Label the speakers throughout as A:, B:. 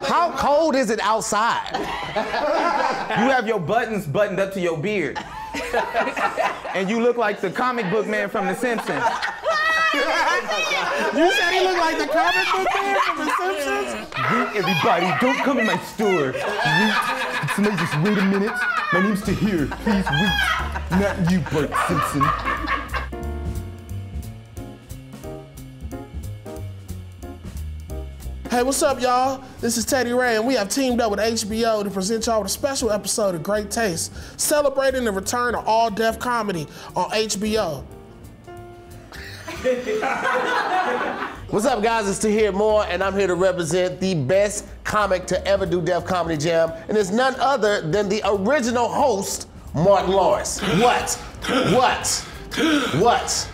A: How cold is it outside?
B: You have your buttons buttoned up to your beard. and you look like the comic book man from The Simpsons.
A: You said he looked like the comic book man from The Simpsons?
B: Hey, everybody, don't come in my store. Wait, somebody just wait a minute. My name's Tahir. Please wait. Not you, Bart Simpson.
C: Hey, what's up, y'all? This is Teddy Ray, and we have teamed up with HBO to present y'all with a special episode of Great Taste, celebrating the return of all deaf comedy on HBO.
A: What's up, guys? It's to hear more, and I'm here to represent the best comic to ever do Def Comedy Jam, and it's none other than the original host, Mark Lawrence. What? What? What?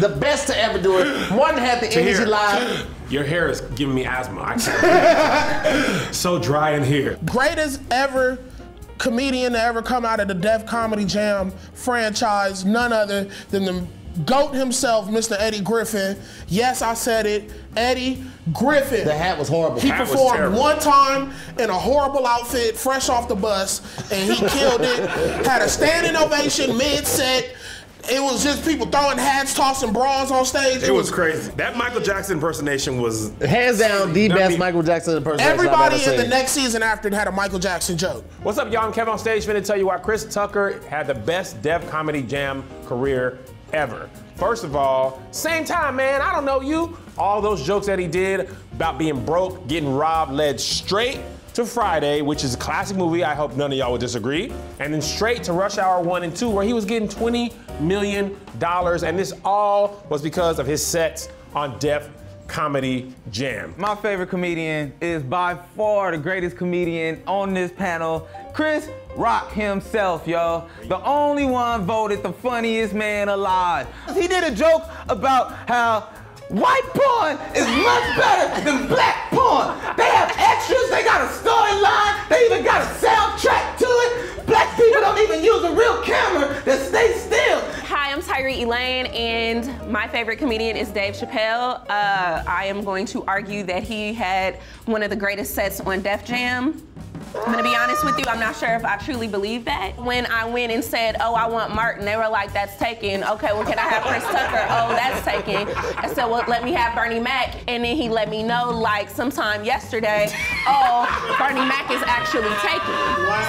A: The best to ever do it. Martin had the energy
D: Tahir.
A: live.
D: Your hair is giving me asthma. I can't. so dry in here.
C: Greatest ever comedian to ever come out of the Def Comedy Jam franchise, none other than the GOAT himself, Mr. Eddie Griffin. Yes, I said it, Eddie Griffin.
A: The hat was horrible.
C: He
D: That was
C: performed
D: terrible.
C: one time in a horrible outfit, fresh off the bus, and he killed it. Had a standing ovation mid set. It was just people throwing hats, tossing bras on stage.
D: It was crazy. That Michael Jackson impersonation was.
A: Hands down, the
D: I
A: best
D: mean-
A: Michael Jackson impersonation
C: Everybody
A: I've ever
C: in the
A: seen.
C: next season after it had a Michael Jackson joke.
E: What's up, y'all? I'm Kevin on stage. Finna tell you why Chris Tucker had the best Def Comedy Jam career ever. First of all, same time, man. I don't know you. All those jokes that he did about being broke, getting robbed, led straight to Friday, which is a classic movie. I hope none of y'all would disagree. And then straight to Rush Hour 1 and 2, where he was getting $20 million. And this all was because of his sets on Def Comedy Jam.
B: My favorite comedian is by far the greatest comedian on this panel, Chris Rock himself, y'all. The only one voted the funniest man alive. He did a joke about how white porn is much better than black porn. They have extras, they got a storyline, they even got a soundtrack to it. Black people don't even use a real camera to stay still.
F: Hi, I'm Tyree Elaine, and my favorite comedian is Dave Chappelle. Uh, I am going to argue that he had one of the greatest sets on Def Jam. I'm gonna be honest with you, I'm not sure if I truly believe that. When I went and said, Oh, I want Martin, they were like, That's taken. Okay, well, can I have Chris Tucker? Oh, that's taken. I said, Well, let me have Bernie Mac. And then he let me know, like, sometime yesterday, Oh, Bernie Mac is actually taken.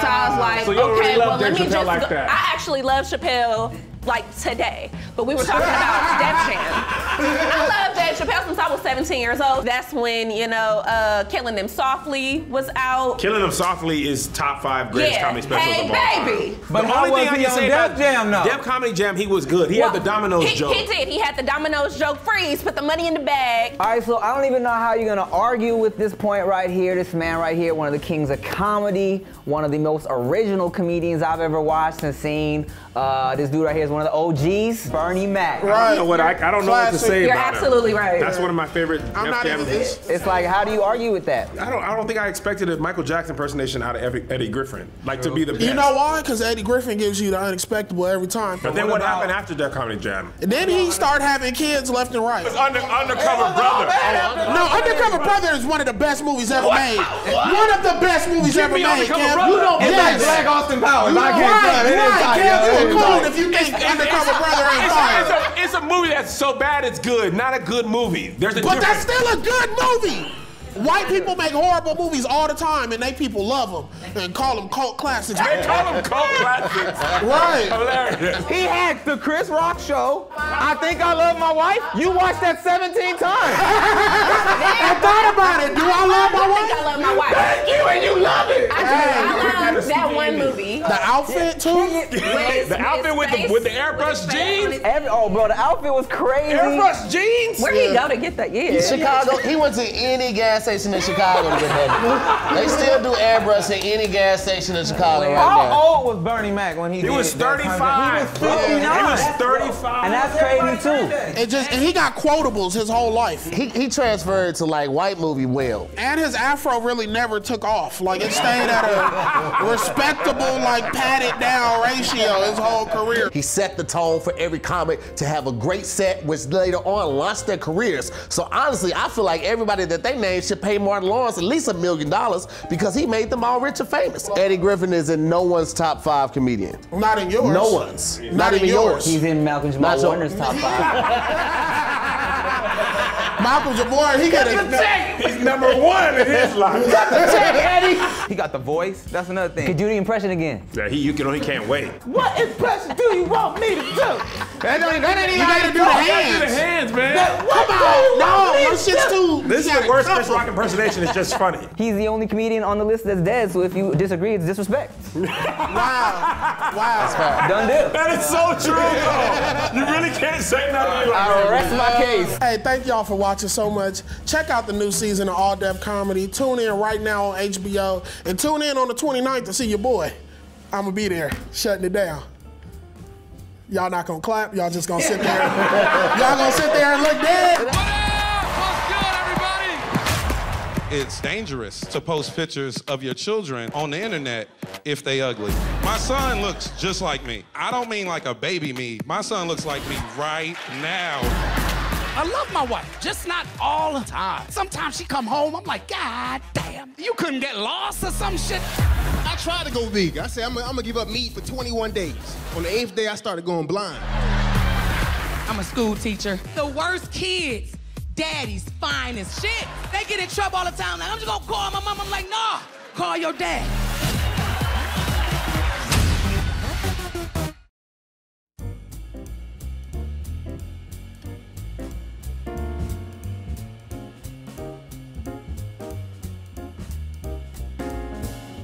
F: So I was like,
E: So you don't
F: Okay,
E: really
F: well,
E: love
F: let
E: Dave
F: me
E: Chappelle
F: just.
E: like
F: go-
E: that.
F: I actually love Chappelle like today, but we were talking about Def Jam. I love Dave Chappelle since I was 17 years old. That's when, you know, uh, Killing Them Softly was out.
D: Killing Them Softly is top five greatest
F: yeah.
D: comedy specials of all time.
F: hey, baby.
B: But
D: the
B: how
D: only
B: was
D: thing I
B: he
D: can
B: on
D: say
B: Def
D: about
B: Jam, though?
D: Def Comedy Jam, he was good. He had the Dominoes
F: he,
D: joke.
F: He did. He had the Domino's joke. Freeze, put the money in the bag.
G: All right, so I don't even know how you're gonna argue with this point right here. This man right here, one of the kings of comedy, one of the most original comedians I've ever watched and seen. Uh, this dude right here is one of the OGs, Bernie Mac.
D: I don't know what I, I don't know what to
C: Classic.
D: say
F: You're
D: about him.
F: absolutely right.
D: That's one of my favorite
C: I'm
D: Def
C: not
D: Jam
C: even.
D: movies.
G: It's like, how do you argue with that?
D: I don't. I don't think I expected a Michael Jackson impersonation out of Eddie, Eddie Griffin, like to be the best.
C: You know why? Because Eddie Griffin gives you the unexpected every time.
D: But then what, happened after that comedy jam?
C: And then he started having kids left and right.
D: Under, undercover brother.
C: No, Undercover Brother is one of the best movies ever made. One of the best movies ever
D: me
C: made,
D: Undercover
C: Kev.
D: Brother.
C: You don't
D: It's
C: yes.
D: like Black
C: Austin Powers. You
D: I
C: don't-
D: can't
C: right,
D: tell. It ain't
C: right.
D: tight,
C: Kev, you a
D: yo. It ain't
C: coon
D: tight.
C: if you think Undercover Brother ain't
D: it's, it's,
C: fire.
D: a, it's a movie that's so bad it's good. Not a good movie. There's a
C: But that's still
D: difference.
C: a good movie. White people make horrible movies all the time, and they people love them and call them cult classics.
D: They call them cult classics.
C: Right.
D: Hilarious.
B: He hacked the Chris Rock show. I think I love my wife. You watched that 17 times.
C: I thought about it. Do I love my
F: I think I
C: wife?
F: love my wife. Thank you, and you love it. I, do. I love that one movie.
C: The outfit, too?
D: The outfit with the with the airbrush jeans.
G: Every, oh, bro, the outfit was crazy.
D: Airbrush jeans.
F: Where would he go to get that? Yeah.
A: Chicago, he went to any gas station in Chicago to get that. They still do airbrush in any gas station in Chicago right now.
B: How old was Bernie Mac when he
D: He
B: did
D: was
B: that time?
D: 35.
B: He was 59.
D: He was 35.
B: And that's crazy too.
C: It just, and he got quotables his whole life.
A: He, he transferred to like white movie well.
C: And his afro really never took off. Like, it stayed at a respectable, like padded down ratio his whole career.
A: He set the tone for every comic to have a great set, which later on launched their careers. So honestly, I feel like everybody that they named should pay Martin Lawrence at least a million dollars because he made them all rich and famous. Eddie Griffin is in no one's top five comedian.
C: Not in yours.
A: No one's. Not,
C: in
A: even yours.
C: yours.
G: He's in Malcolm Jamal
A: Not so-
G: Warner's top five.
C: Malcolm Jabbar, he got a.
E: He's number one in his life.
B: He got the voice. That's another thing.
G: Could do the impression again.
D: Yeah, he, you can, he can't wait.
B: What impression do you want me to do? That don't, that ain't even
C: You
B: how
C: gotta do the
B: talk.
E: Do the
C: hands.
E: hands, man.
B: What
C: No,
B: do you
C: no
B: want me to
C: shit's
B: do?
C: too.
D: This
C: you
D: is
C: got
D: the
C: a
D: worst Chris
C: couple.
D: Rock impersonation. It's just funny.
G: He's the only comedian on the list that's dead, so if you disagree, it's disrespect.
C: Wow. Wow.
G: Done deal.
D: That is so true, though. You really can't say nothing like
G: I rest my case.
C: Hey, thank y'all for watching so much. Check out the new season of All Dev Comedy. Tune in right now on HBO and tune in on the 29th to see your boy. I'm going to be there shutting it down. Y'all not going to clap. Y'all just going to sit there. y'all going to sit there and look dead.
H: It's dangerous to post pictures of your children on the internet if they ugly. My son looks just like me. I don't mean like a baby me. My son looks like me right now.
I: I love my wife, just not all the time. Sometimes she come home, I'm like, God damn, you couldn't get lost or some shit.
J: I tried to go vegan. I said, I'm going to give up meat for 21 days. On the eighth day, I started going blind.
I: I'm a school teacher. The worst kids, daddy's fine as shit. They get in trouble all the time. Like, I'm just gonna call my mom. I'm like, nah, call your dad.